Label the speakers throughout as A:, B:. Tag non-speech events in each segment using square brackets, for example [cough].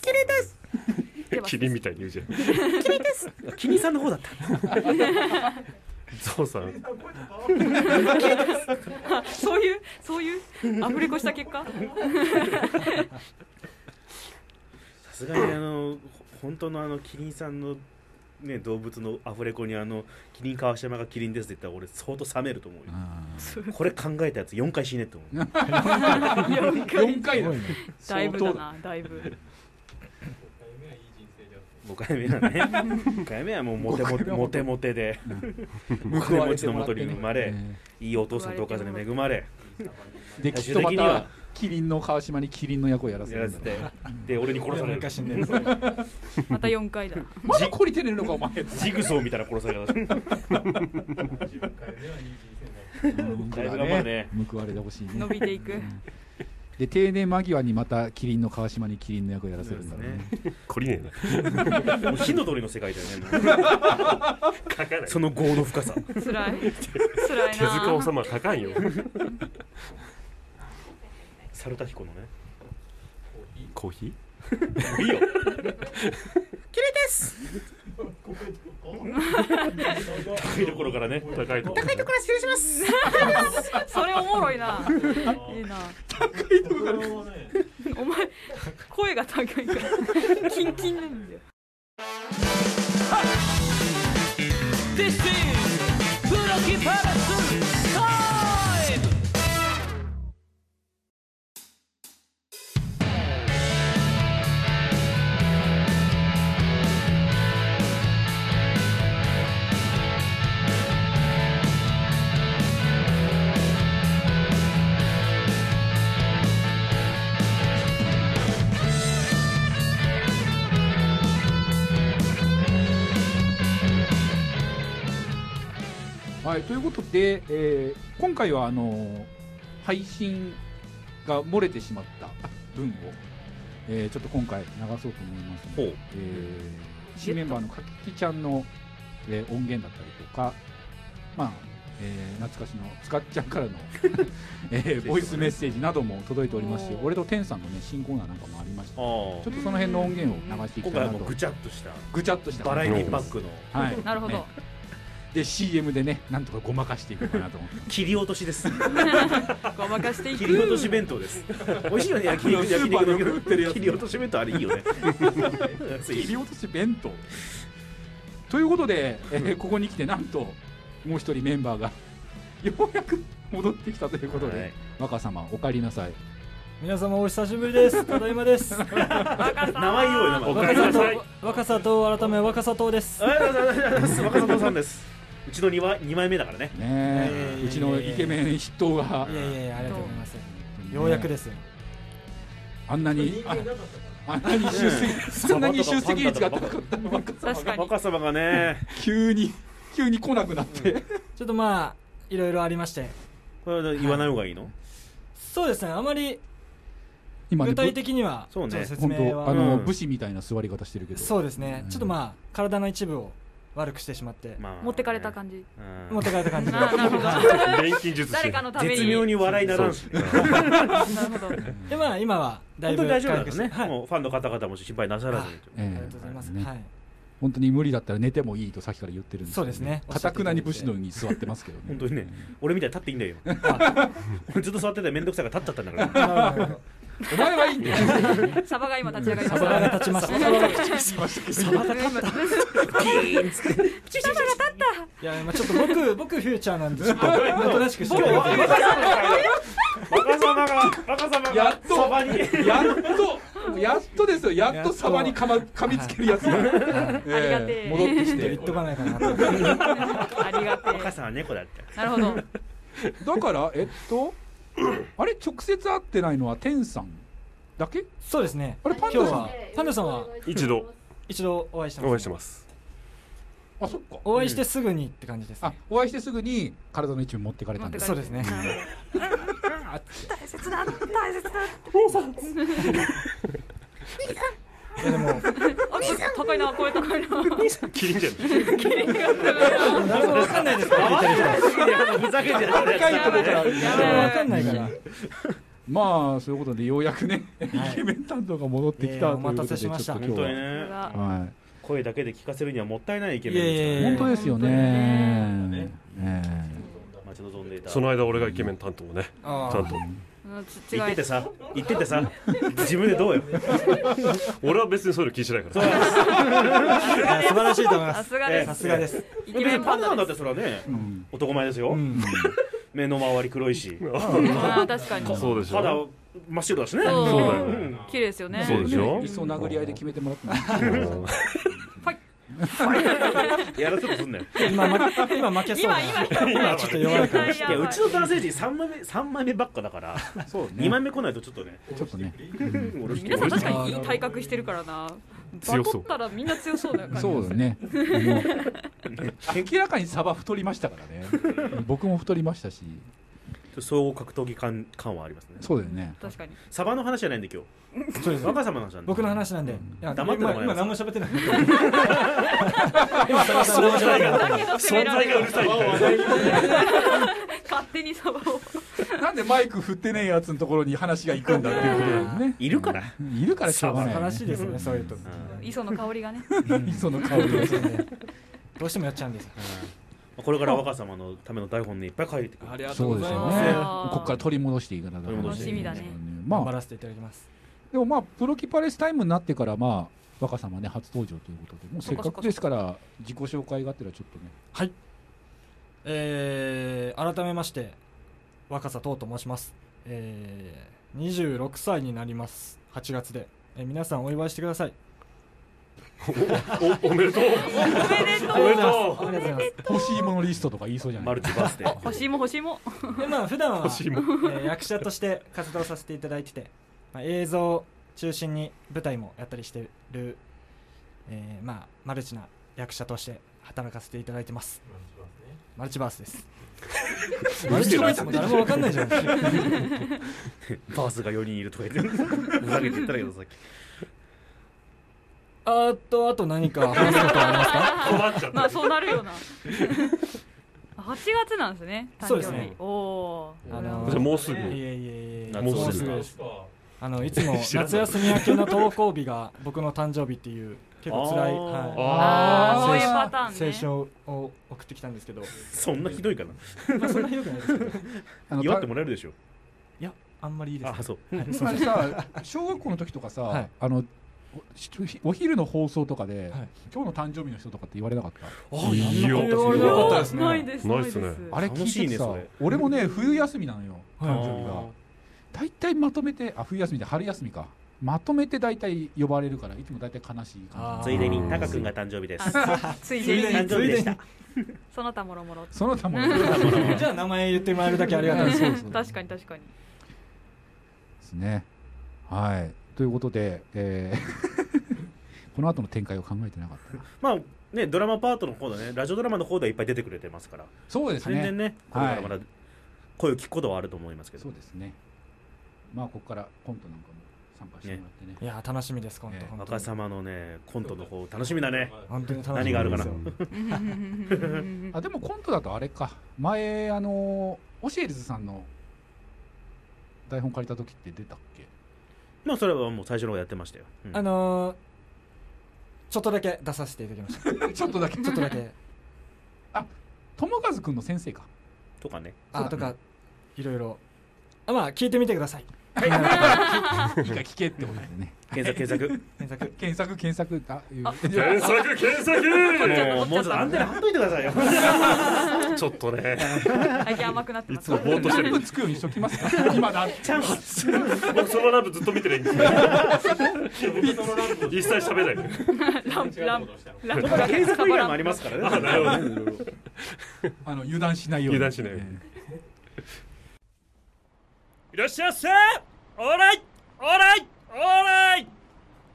A: 麗です
B: キリンみたいに言うじゃん
A: 綺麗です
C: [laughs]
A: キリンさんの方だった
B: ゾウさん
D: そういうそういうアフレコした結果
C: さすがにあのほ本当のあのキリンさんのね動物のアフレコにあのキリン川島がキリンですって言ったら俺相当冷めると思うよこれ考えたやつ4回死ねって思う
D: 4回
E: 4回だ
D: だいぶだ
E: 相当
D: なだいぶ
C: 5回目はね5回目はもうモテモ
E: 五回
C: テ
E: 目は
C: モテモテで
E: 報
C: 金
E: わ
C: 持
E: れ
C: ち
E: て
C: の
E: もらっ
C: 元
E: て
C: に
E: ね
C: 生まれ
E: え
C: いいお父さんとお母さんに恵まれ
E: えできっとまたキリンの川島にキリンの役をやらせ
C: や
E: る
C: ら
E: ん
C: せ
E: だ
C: てで俺に殺される
F: 昔
E: [laughs]
F: ねそ
D: [laughs]
F: れ
D: また4回だ
E: まだ懲りてねえのかお前
C: [laughs] ジグソーみたいな殺され方
E: うん
C: だいぶ頑張るね
E: 報われてほしいね
D: 伸びていく
E: で定年間際にまたキリンの川島にキリンの役をやらせるんだろうね
B: 懲りねえな
C: もう火 [laughs] の鳥の世界だよねも
B: 書かな
C: う
B: い
C: その業の深さ [laughs]
D: 辛い辛い
B: 手塚
D: な
B: 治虫書かんよ
C: 猿田彦のね
B: コーヒ
C: [laughs] いいよ高いところからね
B: ー高いと
A: 高いところは失礼します
D: それおもろい
E: [laughs]
D: ないいなお前声が高いからキンキンなんだよ
G: This is Kuroki Palace time!
E: はい、ということで、えー今回はあのー配信が漏れてしまった分を、えーちょっと今回流そうと思いますので、
C: ほう
E: えー新メンバーのかききちゃんの、えー音源だったりとか、まあえー懐かしのつかっちゃん
C: [laughs]
E: からの、えーボイスメッセージなども届いておりますし
D: おー
E: 俺と天さんの、ね、新コーナーなんかもありましたち
C: あ
E: ょ
C: あ
E: っとその辺の音源を流していきた
C: 今回
E: いな
C: はもう
E: と
C: ぐちゃっとした
E: ぐちゃっとした
C: バラエティパックの
E: はい、
D: なるほど
E: ねで CM でねなんとかごまかしていこうかなと思ってます
C: [laughs] 切り落と
E: [laughs]
C: しです
D: ごまかしていく
C: 切り落とし弁当です美味しいよね焼肉
E: ス
C: 焼
E: ーパーで
C: 肉
E: よく売ってるやつ
C: 切り落とし弁当あれいい
E: [laughs]
C: よね
E: 切り落とし弁当ということで、えーここに来てなんともう一人メンバーがようやく戻ってきたということで、
C: はい
E: 若様お帰りなさい
F: 皆様お久しぶりですただいまです
C: 名前言おうよ名前
B: お
C: お
B: かえ
C: か
B: り
F: 若
B: なさ
F: さ
B: い
F: と若さと改め若さとです
C: 若里さんですうちの2枚二枚目だからね
E: ねえ、
F: えー
E: うちのイケメン筆頭が
F: いやいやいやありがとうございますようやくですよ
E: あんなにああんなに出席、
C: [laughs]
E: そんなに出席率が高かった若様
D: 確かに
C: 若様がね
E: 急に急に来なくなって、
F: ちょっとまあいろいろありまして
C: これは言わない方がいいの
F: そうですねあまり
E: 今ね
F: 具体
E: ぶ
F: 的にはち
C: そ
F: ょ
C: う
F: っ
C: ね
F: と説
E: 本
F: 明
E: 当あ
F: は
E: の、
C: うん
E: 武士みたいな座り方してるけど
F: そうですね
E: うん
F: ちょっとまあ体の一部を悪くしてしまって
C: まあ
D: 持ってかれた感じ
C: うん
F: 持ってかれた感じで
D: ななるほど
B: ー錬金術師
D: 誰かのために
C: 絶妙に笑いならんし
D: な
C: ね
D: るほど
F: でまあ今はだい
C: 本当
F: ぶ
C: に大丈夫
F: 回
C: だから
F: 復し
C: ね
F: てはい
C: もうファンの方々も心配なさらずに
F: あ
E: ええ
F: りがとうございます
E: ね
F: はい
E: 本当に無理だったら寝てもいいとさっきから言ってるんですけ
F: そ
E: ど
F: うですね
E: かたくなに武士のように座ってますけどね
C: 本当にね俺みたいに立っていいんだよ今俺ずっと座ってて面倒くさいから立っちゃったんだから
E: お前はいい
F: [laughs]
E: んだよ
D: [laughs] サバが今立ち上がりま
F: サ
D: し
F: バ
D: た
F: が立ちましたいや今ちょっと僕僕フューチャーなんでちょっとおとなしくして
C: 今日
F: る
C: 若様が若様が
E: やっと
C: そばに
E: やっとやっとですよやっとサバにかま噛みつけるやつが、
D: ありがてえ
E: 戻ってき
F: 言ってとかないかなと
D: ありがて
C: 若様は猫だって
D: えなるほど
E: [laughs] だからえっとあれ直接会ってないのは天さんだけ
F: そうですね
E: あれパン
F: 今日
E: ダさ
F: は
E: ん
F: パンダさんは
B: 一度
F: 一度お会いしてます
B: お会いしてます
E: あそっか
F: お会いしてすぐにって感じです
E: あ
F: ね
E: お会いしてすぐに体の一部持ってかれたんです
F: そうですね
D: なる
F: いやでも
D: ほどあこれ高いな声高いな
B: キリンじゃん
F: 何もわかんないですから聞いてる人
C: ふざけてる
D: やばい
F: 何もわかんないから
E: ねまあそういうことでようやくね、イケメン担当が戻ってき
F: いや
E: た
F: お待たせしました
E: という
C: 本
E: こと
C: 当
E: で
C: に
E: ちょっと
C: ね
E: 今日は、はい、
C: 声だけで聞かせるにはもったいないイケメンですから
F: いやいや
E: 本
C: ね
E: 当ですよね
D: 本
C: 当にね
E: え
C: 待ち望んでいた
B: その間俺がイケメン担当ね
F: あ
B: 担当
D: うんち違
C: 言ってて
D: い
C: さ言ってて
B: [laughs]
C: さ自分でどうよ
B: 俺は別にそういうの気にしないから
F: いや素晴らしいと思いま
D: さ
F: す
D: すがで
F: さ
D: す
F: すがです
D: イケ
C: 別
D: メ
C: に
D: ンパ
C: パン
D: ン
C: ダな
D: ダ
C: んだっ
D: で
C: てそれはね
E: えうん
C: 男前です
F: う
C: よ
F: ん
C: 目の周り黒いし
D: すあー確かに
B: そうでしょ
C: 肌真っ白だしね
D: そう
B: そうだよ
C: うん
D: 綺麗ですよね
B: そうでしょ
E: いっそ殴り合いで決めてもらってもいい
B: うん
C: やらせとすんなよ
F: 今負け今負けそうだ
D: 今
F: な
D: 今
F: 今ちょっと弱いから
D: 絶対や
C: い
D: ばいう
C: やちの男性陣3枚目三枚目ばっかだから
E: そう
C: 2枚目来ないとちょっとね
E: ちょっとね
C: 俺
D: 皆さん確かにいい体格してるからな
B: 強
D: バ
B: そ
D: ト
B: う
D: ったらみんな強そうだよ感じ
E: そうだねもう明らかにサバ太りましたからね僕も太りましたし
C: 総合格闘技感感はありますね
E: そうだよね
D: 確かに
C: サバの話じゃないんで今
F: そうで
C: 日
F: す
C: 若様の話なんで
F: 僕の話なんでいや
C: 黙ってもらえます
F: 今今何も喋ってない今探した
C: じゃないか
D: だけど攻められる勝手にサバを
E: [laughs] なんでマイク振ってねえやつのところに話が行くんだっていうことだよね
C: [laughs] いるから
E: いるからしょうがないよね
F: 話ですよねそういうと
D: 磯の香りがね
E: 磯の香りが
F: どうしてもやっちゃうんですよ
C: これから若様のための台本ねいっぱい書いてくる
G: りがとう
E: そう
G: ご
E: です
G: ざい
E: よ
G: ます
E: ね
D: あー
E: ここから取り戻していかなきゃ
C: 取り戻して
D: 楽しみだね
F: 頑
E: ま
F: 張
E: あ
F: らせていただきます
E: でもまあプロキパレスタイムになってからまあ若様ね初登場ということでもうせっかくですから自己紹介があってらちょっとね
F: はいえー改めまして若狭とうと申しますえー26歳になります8月で、えー皆さんお祝いしてください
B: おおめでとう
D: おめで
B: おめ
D: と
B: で
D: う
B: と
F: ありがとうございます
E: 欲しいものリストとか言いそうじゃな
C: マ
E: い
C: ルチバース
D: [laughs]
C: で
D: 欲しいも欲しいも
F: でまあ普段は
B: う欲しいもん
F: えー役者として活動させていただいてて、まあ、映像を中心に舞台もやったりしてる、えーまあ、マルチな役者として働かせていただいてますマルチバースですマルチバースも誰もわかんないじ
E: [laughs]
C: [laughs]
F: ゃん
C: バースが4人いるとか言ってふざけて言ったらけどさっき
F: あーっとあと何か話すことはありますか
B: 困っちゃ
D: [laughs]
B: っ
D: ま
B: た
D: あそうなるよな8月なんですね誕生日
F: そうですね
D: おおー
F: あの
B: じゃあもうすぐ
F: いえいえいえいえ
B: もうすぐ
F: もですあのいつも
B: [laughs] 知らない
F: 夏休み明けの登校日が僕の誕生日っていう結構辛い、は
C: あー
F: い、
B: あ
D: あーそういうパターンね
F: 青春を送ってきたんですけど、 [laughs]
C: そんなひどいかな
F: まあ、そんなひどくない
C: [laughs]
F: ですけど
E: あの
C: 祝ってもらえるでしょ
F: いや、あんまりいいです
C: あ。そ
E: [laughs]
C: う
F: はい
E: 今さ小学校の時とかさ、
F: はい
E: あのおしお昼の放送とかで、
F: はい
E: 今日の誕生日の人とかって言われなかった
B: いいよ
F: 言われなかったですね。
D: ないです
B: な
D: ないい
B: で
D: ですす
B: ね
E: あれ聞
C: 楽し
E: い
C: い
E: て
C: ね
E: さ、
C: それ
E: 俺もね冬休みなのよ
F: はい
E: 誕生日が大体まとめてあ冬休みで春休みかまとめて大体呼ばれるからいつも大体悲しい感
F: あー
C: [laughs] ついでにタカ君が誕生日です
D: あついついで
C: 誕
D: に
C: 生日でした
D: その他もろもろ
E: じその他もね
F: じゃあ名前言ってもらえるだけありがたいです。
E: そうそ
D: [laughs]
E: う
D: 確かに確かに
E: ですねはいということで、えー [laughs] この後の展開を考えてなかったな
C: まあねドラマパートの方だねラジオドラマの方ではいっぱい出てくれてますから
E: そうです
C: 全然
E: ね
C: ねこれからまだ声を聞くことはあると思いますけど
E: そうですねまあここからコントなんかも参加してもらってね
F: いやー、楽しみです、今度
E: ええ。
F: 本当
C: 若
F: に
C: 様のねコントの方楽しみだね
F: 本当に楽しみです
C: 何があるかな
F: よ
E: [laughs] あでもコントだとあれか前あのオシエルズさんの台本借りた時って出たっけ
C: [laughs] まあそれはもう最初の方やってましたよ、うん
F: あのー、ちょっとだけ出させていただきました。
E: [laughs] ちょっとだけ
F: ちょっとだけ。
E: 友和くんの先生か
C: とかね
F: あ、とか、いろいろ。あまあ、聞いてみてください。
E: い
D: [laughs]
E: いか聞けってことでね
C: 検索検索
F: 検索。
E: 検索検索あいう
B: 検索検索
C: もうもうちょっとアンテナ張っといてくださいよ
B: ちょっとね
D: 最近甘くなってます
B: いつもぼーっとしてる
E: 何分つくようにしときますか今だ
C: チャンス
B: 僕そのラブずっと見てないん
E: [laughs]
B: ですよ一切喋らない
D: ランプランプランプが
C: 検索以外もありますからね
B: なるほど
E: あの油断しないように
B: 油断しないように
E: え
B: いらっしゃいませオーライオーライオーライ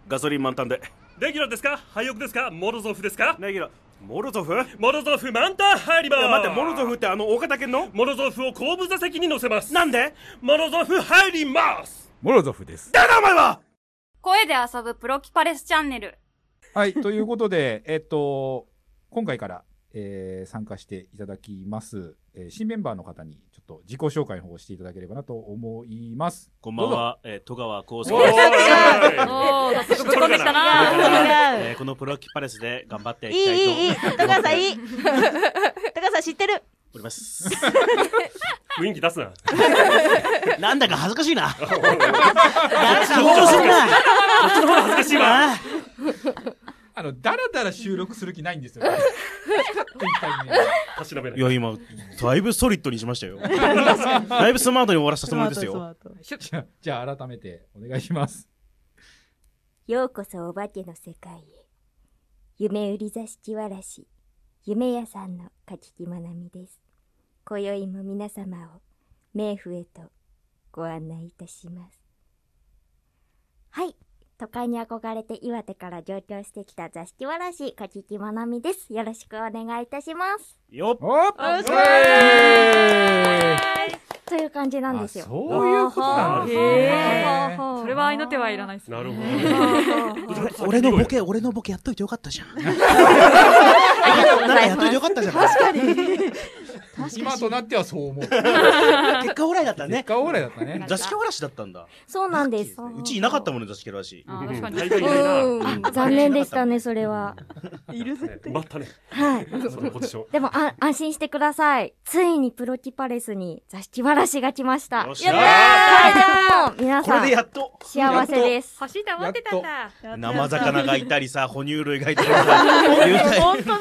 C: ガソリン満タンで
B: レギュラーですかハイオクですかモロゾフですか
C: レギュラーモロゾフいや
B: モロゾフ満タン入ります
C: 待ってモロゾフってあの大型犬の
B: モロゾフを後部座席に乗せます
C: なんで
B: モロゾフ入ります
E: モロゾフです
C: 誰だお前は
H: 声で遊ぶプロキパレスチャンネル。
E: はいということでえっと今回から、えー参加していただきます、えー新メンバーの方にちょっと自己紹介の方をしていただければなと思います。
C: こんばんは、えー、戸川浩介
B: おー
C: です。
D: おお、早速ぶっ飛んできた
C: これか
D: な。
C: らえーこのプロキパレスで頑張ってい
I: い
C: きたいと
I: い、いい、いい。高橋さん、い
C: [laughs] い
I: い。高橋さん、知
C: [laughs]
I: ってる。
C: おります。
B: 雰囲気出
C: [laughs]
B: すな。
J: なんだか恥ずかしいな。誰か緊張するな。
B: こっちの方が恥ずかしいわ。
E: あのだらだら収録する気ないん
C: [laughs]
E: ですよ。これ光っていきたいね。
B: たしなめない
C: い。や、今、だいぶソリッドにしましたよ。だいぶスマートに終わらせたつもりですよ。
E: じゃあじゃあ改めてお願いします。
K: ようこそお化けの世界へ。夢売り座敷わらし、夢屋さんの柿木まなみです。今宵も皆様を冥府へとご案内いたします。はい。都会に憧れて岩手から上京してきた座敷わらし、柿木まなみです。よろしくお願いいたします。
C: よっ。
E: おっ
I: あそう
K: という感じなんですよ。
E: あそういうことなんです
D: へ
E: ね。
D: それは合いの手はいらないですね。
B: なるほ
J: 俺のボケ、俺のボケやっといてよかったじゃん。なんかやっといてよかったじゃん。確かに。
E: 今となってはそう思う。
J: 結果オーライだった
E: 結
J: ね。
E: 果オーライだったね。
C: 座敷わらしだったんだ。
K: そうなんです。
C: うちいなかったもんね、座敷わらし。
D: あー確かに。
B: 大概いないな。
K: うん、残念でしたね、それは。
B: ね埋まったね。
K: はい。
B: そのポジション。
K: でも、あ、安心してください。ついにプロキパレスに座敷わらしが来ました。
C: よっ
K: こ
C: しゃー
K: れでもう、皆
C: これ
K: さ
C: で
K: ん、
C: やっと
K: 幸せです。
D: 走って思ってたんだ。
C: 生魚がいたりさ、哺乳類がいたりさ、有 [laughs] 害
I: 本当だよ。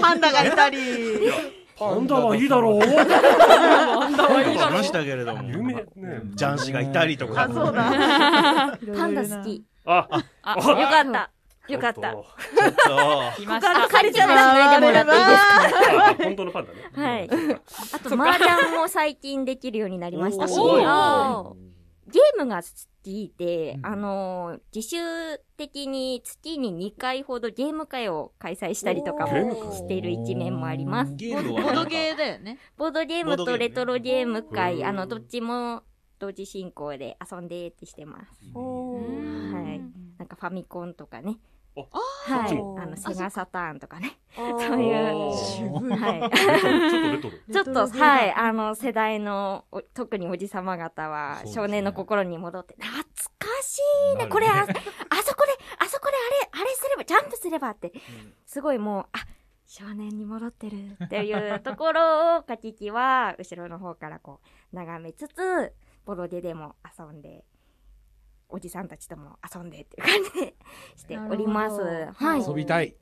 I: パンダがいたり。
B: パンダはいいだろう。
C: しましたけれども、
B: 有名ね。
C: ジャンシがいたりと
I: あ、
C: か、
I: そうだ。
K: パンダ好き。
B: あ、あ
D: あ、
B: あ
D: よかった。よかった。
C: そう
D: 来ました。
K: 借りちゃったしないでもらっていいですか
B: あ本当のパンダね。
K: はい
B: うん。
K: あと、麻雀も最近できるようになりましたし、
B: [laughs] おー
K: あーゲームが好きで、あのー自主的に月に2回ほどゲーム会を開催したりとか
B: ゲー
K: も
B: ムか
K: してる一面もあります。
C: ゲームは
I: ボ
C: なん
I: ド
C: か
I: ゲーだよね。
K: ボードゲームとレトロゲーム
B: ボードゲーム
K: 会、
B: ね
K: あの、どっちも同時進行で遊んでってしてます。はい。なんかファミコンとかね。
B: あ
K: はい。あ
B: そっちも
K: の、セガサターンとかね。
I: そ
K: そういう。
B: お
K: は
B: ちょっとレト
K: [laughs]
B: ロ。
K: い。ちょっと、はい。あの、世代の、お特におじさま方は、
E: そうですね
K: 少年の心に戻って、懐かしいね。これ、あ、あそこで、あそこであれ、あれすれば、ジャンプすればって、すごいもう、あ、少年に戻ってるっていう [laughs] ところを、かききは、後ろの方からこう、眺めつつ、ボロゲでも遊んで、おじさんたちとも遊んでっていう感じでしております。はい。
E: 遊びたい。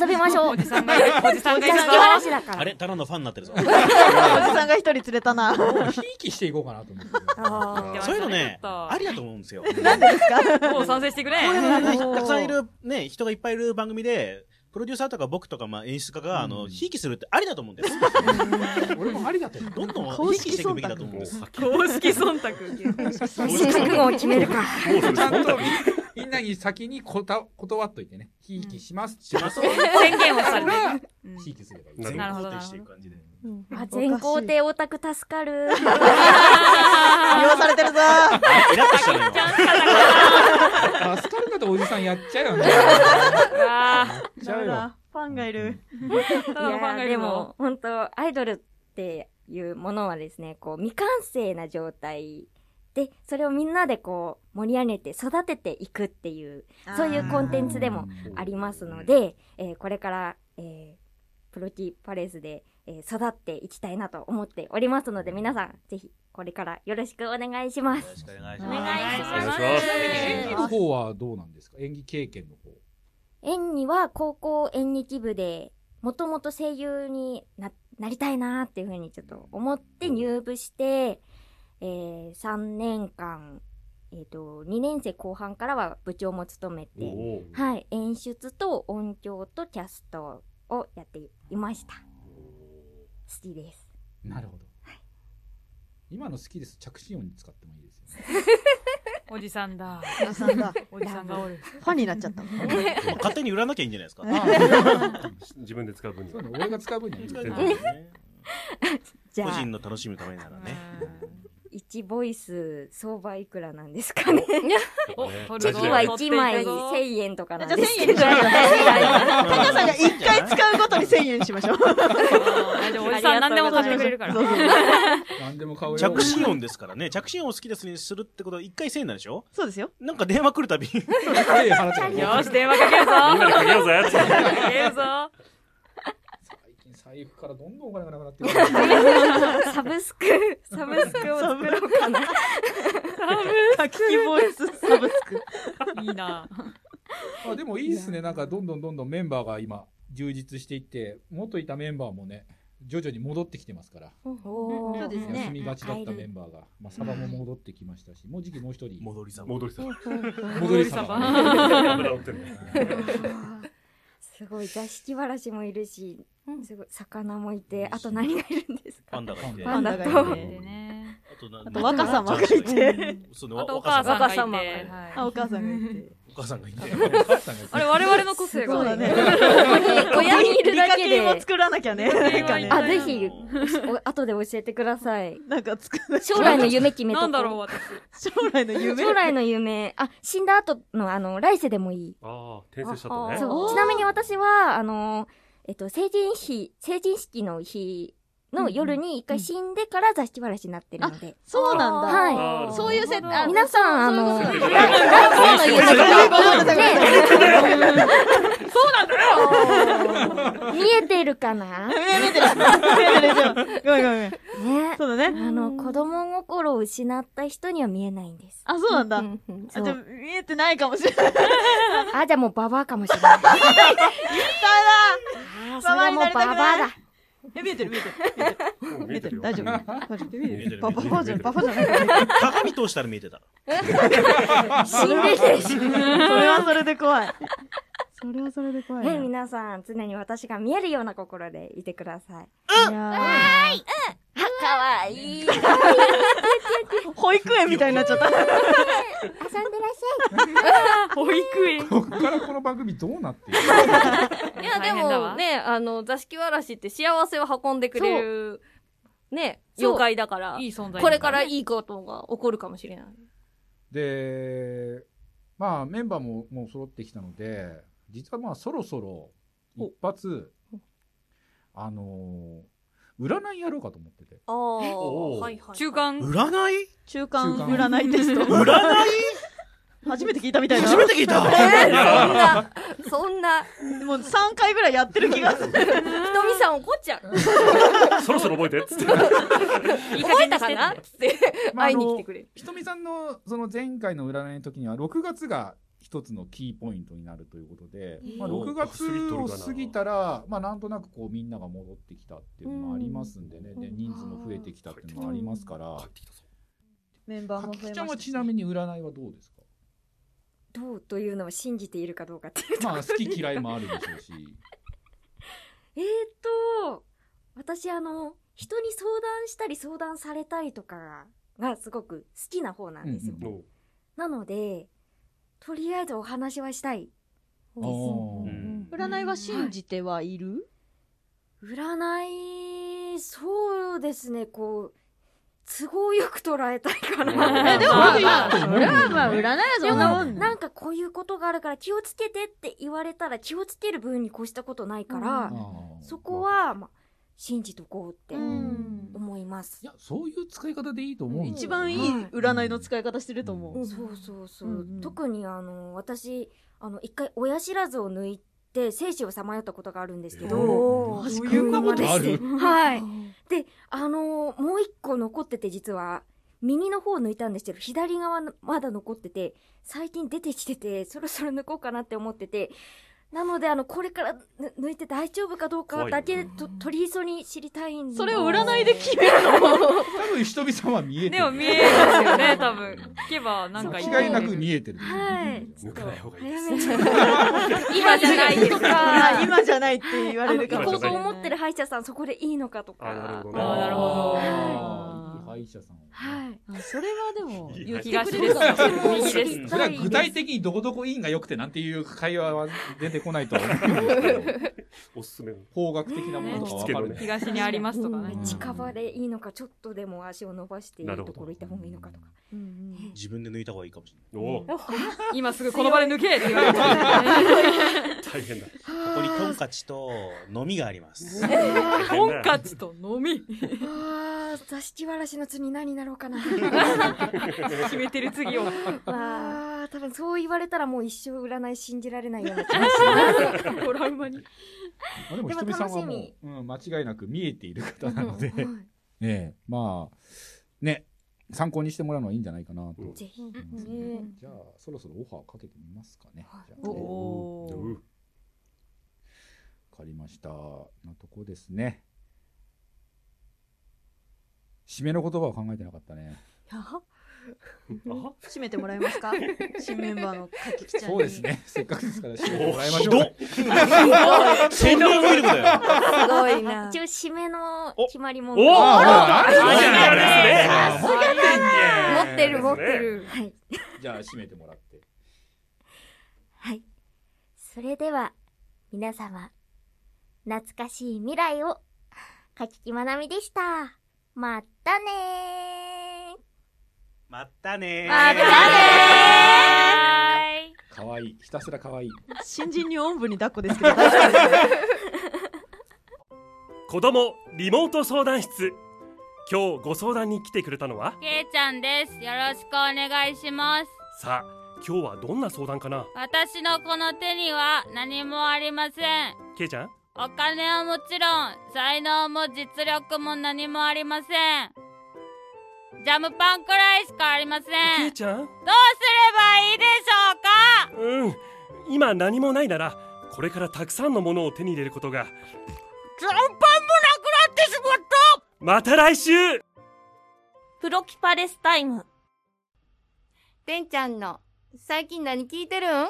K: 遊びましょう。おじさんが、おじさんが、座敷わらしだから。
C: あれ、ただのファンになってるぞ。
I: おじさんが一人連れた
C: [laughs]
I: な。
E: もうひいきしていこうかなと思って。
C: そういうのね、あ
D: あ
C: りだと思うんですよ。
D: もう賛成してくれ。
C: たくさんいる、ね、人がいっぱいいる番組で、プロデューサーとか僕とかまあ演出家が、あの、ひいきするってありだと思うんです。
E: 俺もありだと思う。
C: どんどんひ
I: 公
C: いき
I: 式
C: していくべきだ
I: 忖
C: と
I: 度
C: 思うんです。
D: 公
C: も
D: 式忖度。
K: 新宿号を決めるか。
E: ちゃんとみみんなに先にこた断っといてね。ひいきしますって言って
D: 宣言をされる。
E: から、
D: うん
E: ひいきすればいい。
C: 全
D: なるほど
C: 肯定していく感じで。
K: あ全校
I: 利
K: でオタク助か
I: [laughs]
K: る。
I: 用されてるぞ。
C: あイラッとしたのよ。
E: 助かるなとおじさんやっちゃうよね。
D: あ
E: やっちゃうよ。
I: [laughs] ファンがいる。
D: ー
K: いやーでも、本当アイドルっていうものはですね、こう、未完成な状態で、それをみんなでこう、盛り上げて育てていくっていう、そういうコンテンツでもありますので、えーこれから、えープロティパレスで、えー育っていきたいなと思っておりますので、皆さん、ぜひ、これからよろしくお願いします。
C: よろしくお願いし
I: お
C: ます。
I: 願いし
B: お願い
I: ま
B: し
I: す。
E: 演技
B: ます。
E: の方はどうなんですか演技経験の方。
K: 演技は高校演劇部で、もともと声優にななりたいなーっていうふうにちょっと思って入部して、えー、3年間、えっ、と、2年生後半からは部長も務め
B: お
K: て、
B: ー
K: はい、演出と音響とキャストをやっていました。好きです。
E: なるほど。今の好きです。着信音に使ってもいいですよね。
D: おじさんだ。
I: 皆さんがフ
D: おじさんがおる。
I: ァンになっちゃった。
C: まあ勝手に売らなきゃいいんじゃないですか。
B: [laughs] 自分で使う分に
E: そう
B: は。
E: ね、俺が使う分にはいい
C: [laughs] 使
E: よ
C: え
E: ね
C: るんですね
K: [laughs] じゃ
C: 個
L: [laughs]
K: あ
C: 人、の楽しみのためならね。
K: [laughs] 1ボイス相場いくらなんですかね
D: お
K: 今
D: お取るぞ
K: は1枚
D: 取っ
K: 1000
D: て
K: 円とかなんですけ
L: じゃ
K: ど
L: あ1000円じゃない
K: 高
L: 高さんが一回使うごとに1000円し
D: [laughs]
L: ましょう。
D: おじさん何でも買ってくれるから
L: そうそう
E: 何でも買う
M: [laughs]
E: よ
M: 着信音ですからね。着信音を好きですにするってことは一回1000円なんでしょ
L: そうですよ。
M: なんか電話来る
L: [laughs]
M: たび。よ
D: よし
M: し
D: 電話かけるぞ
M: みんなでかけようぜ
D: かけるぞ
E: 財布からどんどんお金がなくなってる
K: [laughs] サブ
E: [laughs]
K: スクサブスクを作ろうかな
L: 書
K: [laughs]
L: きボイスサブスク。
D: いいな
E: あでもいいですねなんかどんどんどんどんメンバーが今充実していって元いたメンバーもね徐々に戻ってきてますから
K: おー
L: そうですね
E: 休みがちだったメンバーが、まあ、サバも戻ってきましたし、もうじきもう一人戻りサバ戻りサバ戻り
K: [laughs]
E: サバ
C: 戻りサ
K: すごい座敷わらしもいるしすごい魚もいてあと何がいるんですか
M: パンダがいて
K: パンダと
M: パンダがいてあとな
L: あと若様がいて
M: そうね
D: あとお
M: 若
D: 母さんがいて
L: 若様がいてあお母さんがいて
M: お母さんがいて。
D: [laughs] あれ我々の個性が
L: そうだ
D: [laughs]
L: ね。
K: ここにいるだけで
L: 理科系を作らなきゃね。なんかね
K: あぜひお後で教えてください
L: なんか作らなきゃ
K: 将来の夢決めとこ
D: なんだろう私
L: 将来の夢。
K: 将来の夢あ死んだ後のあの来世でもいい
C: ああ転生したとね
K: そうちなみに私はあの、えっと、成人日成人式の日の夜に一回死んでから座敷わらしになってるので、
L: そうなんだ。
K: はい
L: そういう設定。
K: 皆さんあの
L: そういうことね
K: 来世の夢
D: そうなんだよ
K: 見えてるかなね
L: 見てる。見てるじゃん。ごめんごめんごめん。そうだね。
K: あの子供心を失った人には見えないんです
L: あ、そうなんだ。あ、
K: そう
L: じゃあ見えてないかもしれない。だ
K: あじゃあもうババアかもしれないあーそれはもうババアだ
L: え、見えてる見えてる。見えてる。大丈夫。大丈夫。見
M: えてる
L: パパパパじゃない。パパじゃない。
M: 鏡通したら見えてた。
K: 死んでるでし
L: そ
K: ょ
L: れはそれで怖い。それはそれで怖いな。
K: ね、皆さん、常に私が見えるような心でいてください。
L: いや
K: あ、かわいい。遊んでらっし
D: [laughs]
L: ー保育園みたいになっちゃった。
K: ゃい。
E: [laughs]
D: 保育園
E: こっからこの番組どうなってい
D: い
N: いや、でもね、あの、座敷わらしって幸せを運んでくれる、ね、
D: そう
N: 妖怪だから、
D: いい存在だね
N: これからいいことが起こるかもしれない。
E: るでまあメンバーももう揃ってきたので実はまあそろそろ一発あのー占いやろうかと思ってて
N: ああ、はいはい。
D: 中間
M: 占い
L: 中間
E: 中間
L: 占いテスト。
M: 占い
L: [laughs] 初めて聞いたみたいな。
M: 初めて聞いた
N: え [laughs] ーそんな、そんな、
L: もう3回ぐらいやってる気がする。
N: ひとみさん怒っちゃう。
C: そろそろ覚えてっつっ
E: [laughs]
C: て
N: 覚えたかなって、
E: まあ
N: 会いに来てくれる。
E: ひとみさんのその前回の占いの時には6月が一つのキーポイントになるということで、まあ、
C: お
E: 6月を過ぎたら、まあ、なんとなくこうみんなが戻ってきたっていうのもありますんでね、で人数も増えてきたっていうのもありますから、
L: メンバーも
E: か
L: 増え
E: きちゃん
L: ま
E: は
L: し
E: ちなみに占いはどうですか
K: どうというのを信じているかどうかっていうところ
E: まあ
K: に
E: 好き嫌いもあるでしょうし
K: [laughs] えーっと、私、あの、人に相談したり相談されたりとかが、がすごく好きな方なんですよ。
E: うん
K: なので、とりあえずお話はしたい。
E: あー
L: た。占いは信じてはいる
K: 占い、そうですね、こう、都合よく捉えたいか
E: [laughs]
L: え、
K: な。
L: でも
E: ま
L: ま
E: あ
L: あ
E: ま
L: ま
E: あ
L: あ、それはまあ、占いはそんなもんね
K: なんかこういうことがあるから気をつけてって言われたら気をつける分に越したことないから、
E: あー
K: そこは、まあ、信じとこうって
L: うん
K: 思います
E: い。やそういう使い方でいいと思うんだよね
L: 一番いい占いの使い方してると思う。
K: そうそうそう。
L: うんうん
K: 特にあの、私、あの、一回親知らずを抜いて生死をさまよったことがあるんですけど、
L: マジ
K: こんなこと
E: ある
K: はい。で、あの、もう一個残ってて実は、右の方抜いたんですけど、左側のまだ残ってて、最近出てきてて、そろそろ抜こうかなって思ってて、なので、あの、これからぬ抜いて大丈夫かどうかだけで、と取り急に知りたいんで
L: それを占いで決めるの
E: 多分ひとみさんは見えて
D: [laughs] でも見
E: る
D: えますよ [laughs] ね多分聞けばなんか
E: 間
D: 言
E: 違いなく見えてる
K: はい。
C: 抜かない方がいい
K: 早めに。
D: [laughs]
N: 今じゃないです
K: と [laughs] か、
L: 今じゃないって言わ
K: あ
L: れ
K: の、
L: るか
K: 行
L: も
K: こう
L: しれな
K: と
L: い。
K: 思ってる歯医者さん、そこでいいのかとか。
C: あなるほどね
D: ああなるほど
E: はい医者さんを
L: はい。あそれはでも、言って
D: 東
L: くれた
D: です
L: の
D: 右です
L: 聞き
E: そ
L: た
E: れはい具体的にどこどこ委員が良くてなんていう会話は出てこないとは思うんですけど
I: おすすめの
E: 方角的なものとかわかる、
D: 東にありますとかね
K: うん近場でいいのかちょっとでも足を伸ばしているところ行った方がいいのかとか
C: [laughs]
M: 自分で抜いた方がいいかもしれ
I: ない。お
D: 今すぐこの場で抜けって言われて
H: [laughs]
M: 大変だ。ここにトンカチと飲みがあります。
D: トンカチと飲み
K: [laughs] あー座敷わらしの次何になろうかな
D: 決めてる次を
K: わあ多分そう言われたらもう一生占い信じられないような気がします
D: トラウマに
E: まあ、でもひとみさんはもう、うん、間違いなく見えている方なので、 [laughs] ええまあね参考にしてもらうのはいいんじゃないかなと、
K: ぜひ、
E: じゃあそろそろオファーかけてみますかね。じゃあ
K: お
E: わかりました。なとこですね。締めの言葉を考えてなかったね。
L: やは締めてもらえますか新メンバーのかききちゃんに。
E: そうですね。 [laughs] せっかくですから締めてもらいまし
M: ひ
E: ょう
M: どっ
E: か。
M: そんなウイルだよ。
K: すごいな一応締めの決まりも
M: おおあ
E: るんだね
K: さすがだな
E: あるんだ
K: 持
E: ね
K: ってる持ってるはい
E: じゃあ締めてもらって。
K: はい。それでは、皆様、懐かしい未来を、かききまなみでした。まったねー。
M: まったねー。
K: まったね
E: 可愛いひたすら可愛い。
L: 新人におんぶに抱っこですけど大丈夫ですか。
B: 子供リモート相談室今日ご相談に来てくれたのは
H: けいちゃんです。よろしくお願いします。
B: さあ今日はどんな相談かな
H: 私のこの手には何もありません。
B: けいちゃん
H: お金はもちろん、才能も実力も何もありません。ジャムパンくらいしかありません。
B: け
H: ど
B: いう
H: す
B: ちゃん
H: ればいいでしょうか
B: うん今何もないならこれからたくさんのものを手に入れることが
H: ジャムパンもなくなってしまった
B: また来週
O: プロキパレスタイム。てんちゃんの、最近何聞いてるん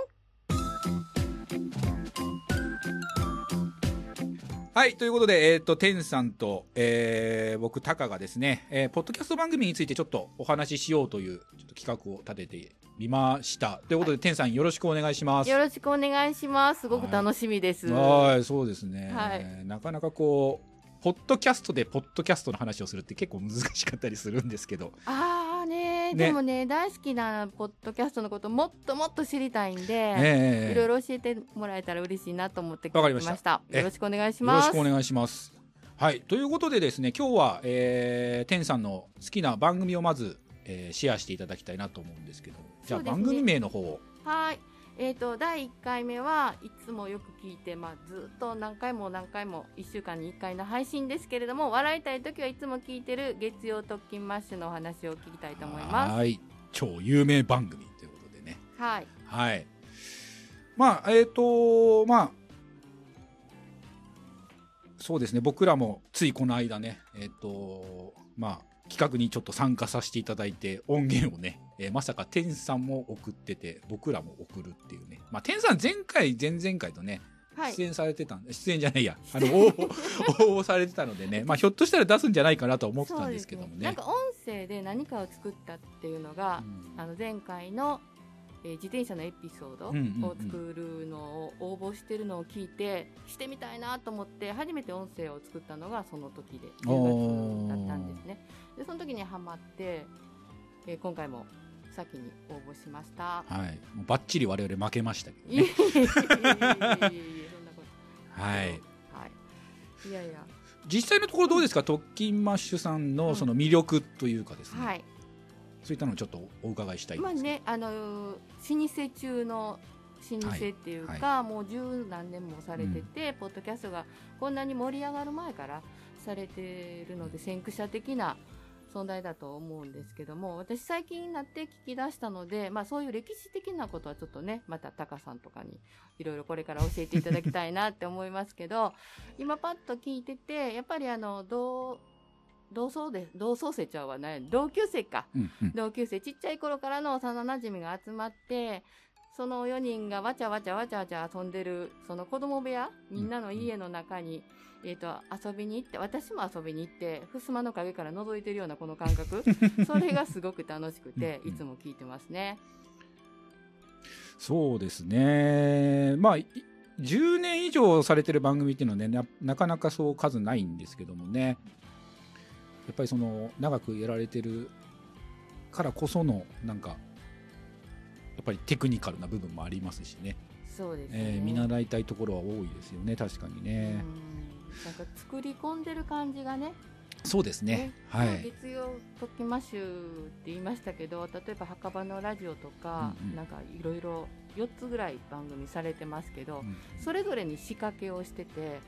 E: はい、ということで、えっ、と、テンさんと、えー僕、タカがですね、えーポッドキャスト番組についてちょっとお話ししようという、ちょっと企画を立ててみました。ということで、テンさんよろしくお願いします。
O: よろしくお願いします。すごく楽しみです。
E: はい、そうですね。
O: はい
E: なかなかこう、ポッドキャストでポッドキャストの話をするって結構難しかったりするんですけど、
O: あーねー
E: ね
O: でもね、大好きなポッドキャストのこともっともっと知りたいんで、
E: ええ
O: いろいろ教えてもらえたら嬉しいなと思って
E: わかり
O: ま
E: ま
O: し
E: した
O: た。
E: え
O: よろしくお願いし
E: よろ
O: ま
E: し
O: す。
E: くお願いします。はい、ということでですね、今日は、えー、テンさんの好きな番組をまず、えーシェアしていただきたいなと思うんですけど、じゃ
O: そ
E: あ、
O: うです
E: 番
O: ね
E: 組名の方を。
O: はい。えー、と第1回目はいつもよく聞いて、まあ、ずっと何回も何回も1週間に1回の配信ですけれども笑いたい時はいつも聞いてる月曜特勤マッシュのお話を聞きたいと思います。
E: はい、超有名番組ということでね。
O: はい、
E: はい。まあ、えっ、と、まあ、そうですね、僕らもついこの間ね、えっ、と、まあ、企画にちょっと参加させていただいて、音源をね、えーまさか天さんも送ってて、僕らも送るっていうね。まあ、天さん前回、前々回とね、
O: はい
E: 出演されてたんで、出演じゃないや、あの、応
O: [laughs]
E: 募、応募されてたのでね、まあ、ひょっとしたら出すんじゃないかなと思ってたんですけどもね。
O: なんか音声で何かを作ったっていうのが、あの前回の、えー自転車のエピソード
E: うんうんうん
O: を作るのを応募してるのを聞いて、してみたいなと思って初めて音声を作ったのがその時で10月だったんですねでその時にハマって、えー今回も先に応募しました
E: はい、もうバッチリ我々負けましたけど
O: いえいえいえいえい
E: ね。
O: えそんなこと
E: はい。
O: はいいやいや
E: 実際のところどうですか、特勤マッシュさんのその魅力というかですね、
O: はい
E: そういったのをちょっとお伺いしたい。
O: まあね、あのー老舗中の老舗っていうか、
E: はいは
O: もう十何年もされてて、ポッドキャストがこんなに盛り上がる前からされてるので先駆者的な存在だと思うんですけども私最近になって聞き出したので、まあ、そういう歴史的なことはちょっとねまたタカさんとかにいろいろこれから教えていただきたいなって思いますけ
E: [laughs]
O: ど今パッと聞いててやっぱりあの同同窓で同窓生ちゃうわね同級生か、
E: うんうん
O: 同級生ちっちゃい頃からの幼なじみが集まってその4人がわちゃわちゃわちゃわちゃ遊んでる、その子供部屋、みんなの家の中に、えっ、と、遊びに行って、私も遊びに行って、襖の陰から覗いてるようなこの感
E: [laughs]
O: 覚、それがすごく楽しくて、いつも聞いてますね。
E: そうですね。まあ、い10年以上されてる番組っていうのはね、ななかなかそう数ないんですけどもね。やっぱりその、長くやられてるからこその、なんか、やっぱりテクニカルな部分もありますしね。
O: そうですね。
E: えー見習いたいところは多いですよね、確かにね。
O: なんか作り込んでる感じがね、
E: そうですね。はい。
O: 月曜時マッシュって言いましたけど例えば墓場のラジオとか、
E: うんうん
O: なんかいろいろ4つぐらい番組されてますけど、それぞれに仕掛けをしてて、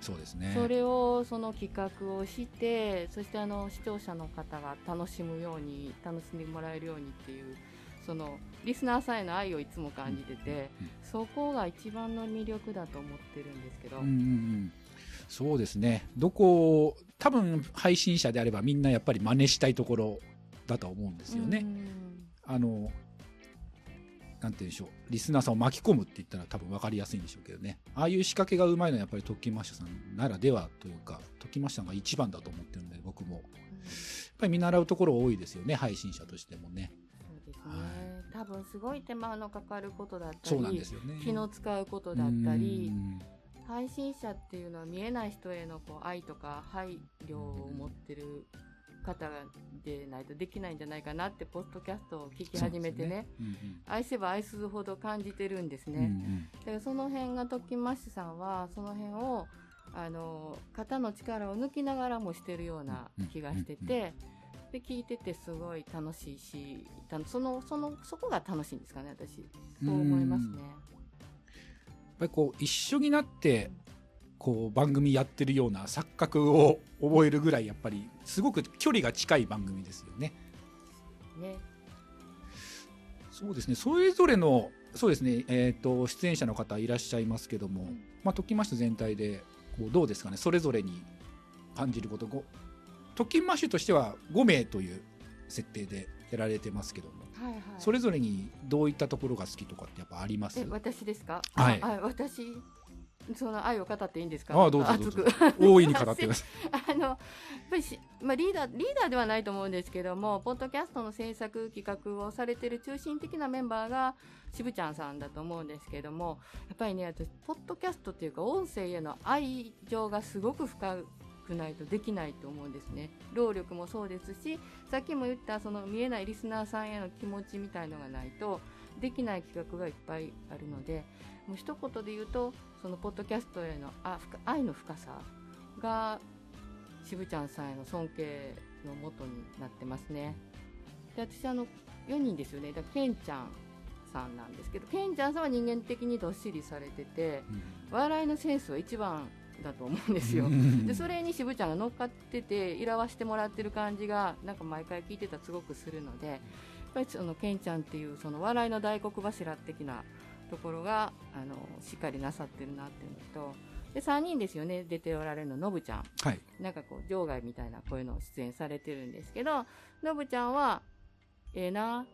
E: そうですね。
O: それをその企画をしてそしてあの視聴者の方が楽しむように楽しんでもらえるようにっていうそのリスナーさんへの愛をいつも感じてて、そこが一番の魅力だと思ってるんですけど。
E: うんうんうん、そうですね、どこを、多分配信者であれば、みんなやっぱり真似したいところだと思うんですよね。あのなんて言うんでしょうリスナーさんを巻き込むって言ったら多分分かりやすいんでしょうけどねああいう仕掛けがうまいのはやっぱりトッキンマッシュさんならではというかトッキンマッシュさんが一番だと思ってるので僕もやっぱり見習うところ多いですよね配信者としてもね
O: そうですね、多分すごい手間のかかることだったり
E: そうなんですよね
O: 気の使うことだったり
E: うん
O: 配信者っていうのは見えない人へのこう愛とか配慮を持ってる方でないとできないんじゃないかなってポッドキャストを聞き始めてね
E: うんうん
O: 愛せば愛するほど感じてるんですね。
E: うんうん
O: だからその辺がトッキンマッシュさんはその辺をあの肩の力を抜きながらもしてるような気がしてて、で聞いててすごい楽しいしたそのそのそこが楽しいんですかね私そう思いますね。
E: やっぱりこう一緒になってこう番組やってるような錯覚を覚えるぐらいやっぱりすごく距離が近い番組ですよね。
O: ね
E: そうですねそれぞれのそうですね、えー、と出演者の方いらっしゃいますけども、まあ、トッキンマッシュ全体でこうどうですかねそれぞれに感じることごトッキンマッシュとしては5名という設定でやられてますけども、
O: はいはい
E: それぞれにどういったところが好きとかってやっぱあります
O: え私ですか、
E: はい
O: ああ私その愛を語っていいんですか
E: あどうぞどうぞ
O: 熱く
E: 大いに語ってくだ
O: [laughs]
E: さ
O: あのやっぱりし、まあ、リーダーリーダーではないと思うんですけどもポッドキャストの制作企画をされてる中心的なメンバーが渋ちゃんさんだと思うんですけどもやっぱりね私ポッドキャストっていうか音声への愛情がすごく深くないとできないと思うんですね労力もそうですしさっきも言ったその見えないリスナーさんへの気持ちみたいのがないとできない企画がいっぱいあるのでもう一言で言うとそのポッドキャストへのあ深愛の深さが渋ちゃんさんへの尊敬のもとになってますね。で私あの4人ですよねだからケンちゃんさんなんですけどケンちゃんさんは人間的にどっしりされてて、笑いのセンスは一番だと思うんですよ
I: うん
O: でそれに渋ちゃんが乗っかってていらわしてもらってる感じがなんか毎回聞いてたらすごくするのでやっぱりそのケンちゃんっていうその笑いの大黒柱的なところがあのしっかりなさってるなっていうのとで3人ですよね出ておられるののぶちゃん、
E: はい
O: なんかこう場外みたいなこういうのを出演されてるんですけどのぶちゃんはええな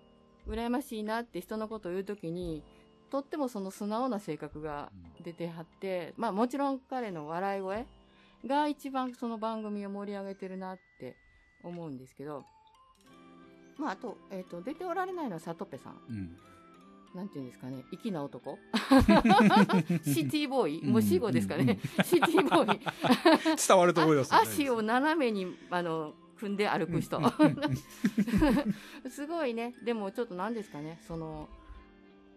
O: 羨ましいなって人のことを言うときにとってもその素直な性格が出てはって、まあもちろん彼の笑い声が一番その番組を盛り上げてるなって思うんですけど、まああと、えっ、と、出ておられないのはサトペさん。
E: うん
O: なんていうんですかね、粋な
E: [laughs]
O: 男シティボーイ、もう死後ですかね、
E: うんうん
O: シティ
E: [laughs]
O: ボーイ。
E: 伝わると思いますよ
O: 足を斜めにあの組んで歩く人、 [laughs] すごいねでもちょっと何ですかねその、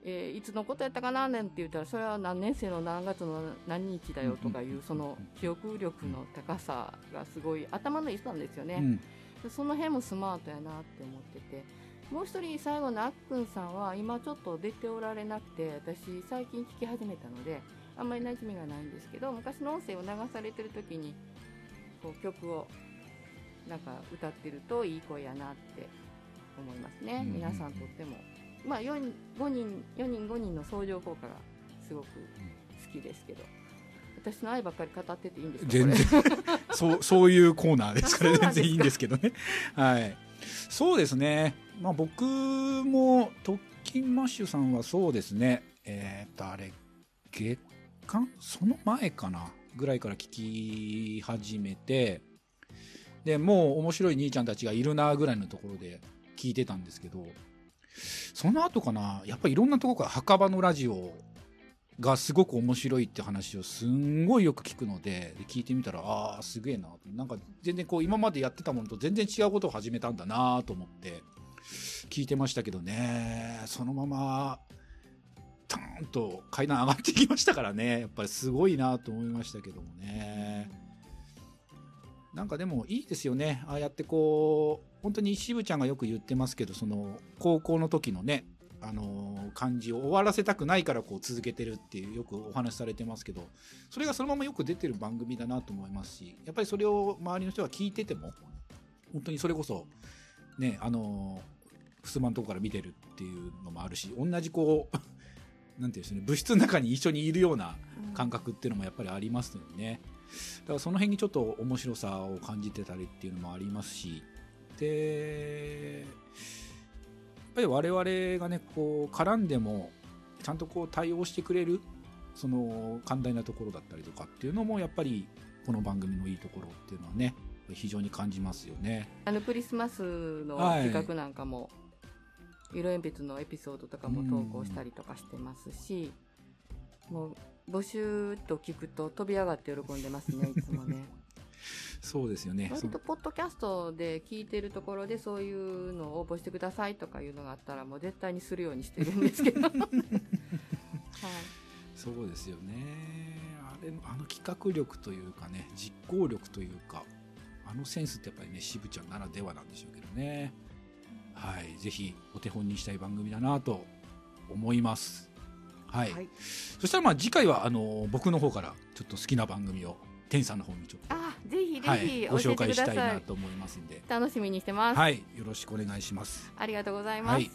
O: えーいつのことやったかななんて言ったらそれは何年生の何月の何日だよとかいうその記憶力の高さがすごい頭のいい人なんですよね、その辺もスマートやなって思っててもう一人最後のあっくんさんは今ちょっと出ておられなくて私最近聞き始めたのであんまり馴染みがないんですけど昔の音声を流されてる時にこう曲をなんか歌ってるといい声やなって思いますね、
I: うん
O: 皆さんとってもまあ4人5人4人5人の相乗効果がすごく好きですけど私の愛ばっかり語ってていいんですかこれ [laughs]
E: 全然そうそういうコーナーですから
O: あそうなん
E: 全
O: ですか
E: 然いいんですけどねはいそうですねまあ僕もトッキンマッシュさんはそうですねえー、っとあれ月間その前かなぐらいから聞き始めてでもう面白い兄ちゃんたちがいるなぐらいのところで聞いてたんですけどその後かなやっぱりいろんなとこから墓場のラジオがすごく面白いって話をすんごいよく聞くのでで聞いてみたらあーすげえななんか全然こう今までやってたものと全然違うことを始めたんだなと思って聞いてましたけどねそのままターンと階段上がってきましたからねやっぱりすごいなと思いましたけどもねなんかでもいいですよねああやってこう本当に渋ちゃんがよく言ってますけどその高校の時のねあの感じを終わらせたくないからこう続けてるっていうよくお話しされてますけどそれがそのままよく出てる番組だなと思いますしやっぱりそれを周りの人が聞いてても本当にそれこそねあの襖のとこから見てるっていうのもあるし同じこうなんていうんですか [laughs] ね、部室の中に一緒にいるような感覚っていうのもやっぱりありますのでね。だからその辺にちょっと面白さを感じてたりっていうのもありますし、で、やっぱり我々がね、こう絡んでも、ちゃんとこう対応してくれる、その寛大なところだったりとかっていうのも、やっぱりこの番組のいいところっていうのはね、非常に感じますよね。
O: あのクリスマスの
E: はい
O: 企画なんかも、色鉛筆のエピソードとかも投稿したりとかしてますし、もう募集と聞くと飛び上がって喜んでます
E: [laughs]
O: ねいつもね
E: そうですよね。そ
O: 割
E: う
O: とポッドキャストで聞いてるところでそういうのを応募してくださいとかいうのがあったらもう絶対にするようにしてるんですけ
E: [laughs]
O: どはい
E: そうですよねあれのあの企画力というかね実行力というかあのセンスってやっぱりね渋ちゃんならではなんでしょうけどねはいぜひお手本にしたい番組だなと思いますはい、
O: はい
E: そしたらまあ次回はあの僕の方からちょっと好きな番組を天さんの方にちょっと
O: あぜひ
E: は
O: ぜひ
E: い、
O: 教
E: ご紹
O: えて
E: 介
O: く
E: し
O: だ
E: たい
O: さ
E: ないと思いますんで
O: 楽しみにしてます、
E: はいよろしくお願いします
O: ありがとうございます、
E: はい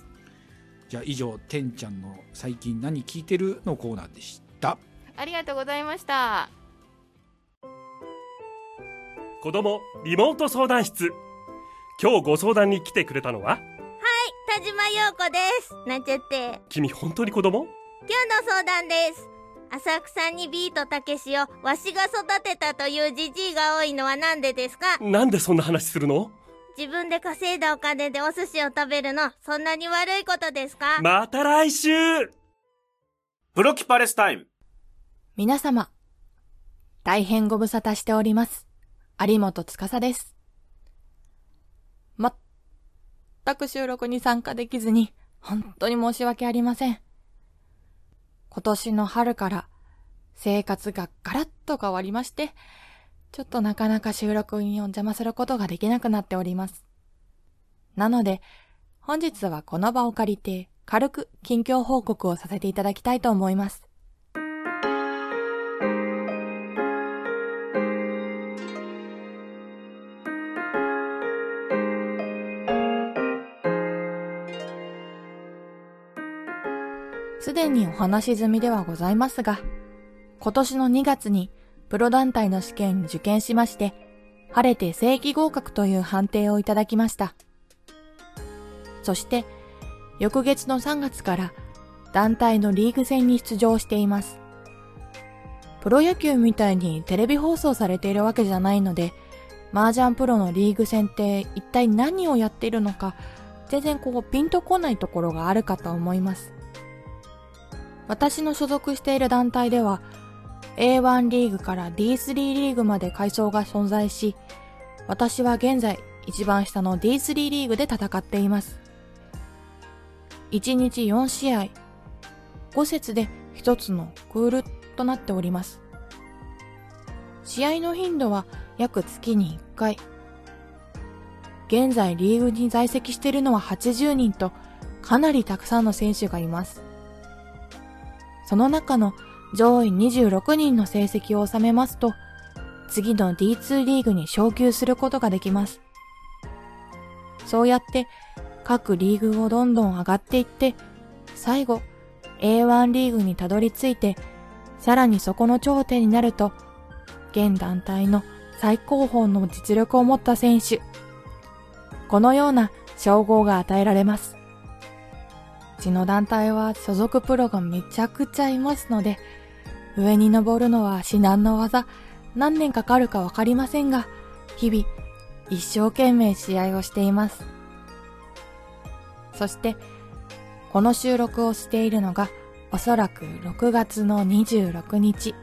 E: じゃあ以上天ちゃんの最近何聞いてるのコーナーでした
O: ありがとうございました
B: 子供リモート相談室今日ご相談に来てくれたのは
I: はい、田島陽子です。なんちゃって。
B: 君本当に子供
I: 今日の相談です。浅草にビートたけしをわしが育てたというじじいが多いのはなんでですか
B: なんでそんな話するの
I: 自分で稼いだお金でお寿司を食べるの、そんなに悪いことですか
B: ま [laughs] た来週
M: ブロキパレスタイム
P: 皆様、大変ご無沙汰しております。有本司です。まったく収録に参加できずに、本当に申し訳ありません。今年の春から、生活がガラッと変わりまして、ちょっとなかなか収録にお邪魔することができなくなっております。なので、本日はこの場を借りて、軽く近況報告をさせていただきたいと思います。すでにお話し済みではございますが、今年の2月にプロ団体の試験に受験しまして、晴れて正規合格という判定をいただきました。そして、翌月の3月から団体のリーグ戦に出場しています。プロ野球みたいにテレビ放送されているわけじゃないので、麻雀プロのリーグ戦って一体何をやっているのか、全然こうピンとこないところがあるかと思います。私の所属している団体では A1 リーグから D3 リーグまで階層が存在し私は現在一番下の D3 リーグで戦っています1日4試合5節で1つのクールとなっております試合の頻度は約月に1回現在リーグに在籍しているのは80人とかなりたくさんの選手がいますその中の上位26人の成績を収めますと、次の D2 リーグに昇級することができます。そうやって、各リーグをどんどん上がっていって、最後、A1 リーグにたどり着いて、さらにそこの頂点になると、現団体の最高峰の実力を持った選手、このような称号が与えられます。ちの団体は所属プロがめちゃくちゃいますので、上に登るのは至難の技、何年かかるかわかりませんが、日々、一生懸命試合をしています。そして、この収録をしているのが、おそらく6月の26日。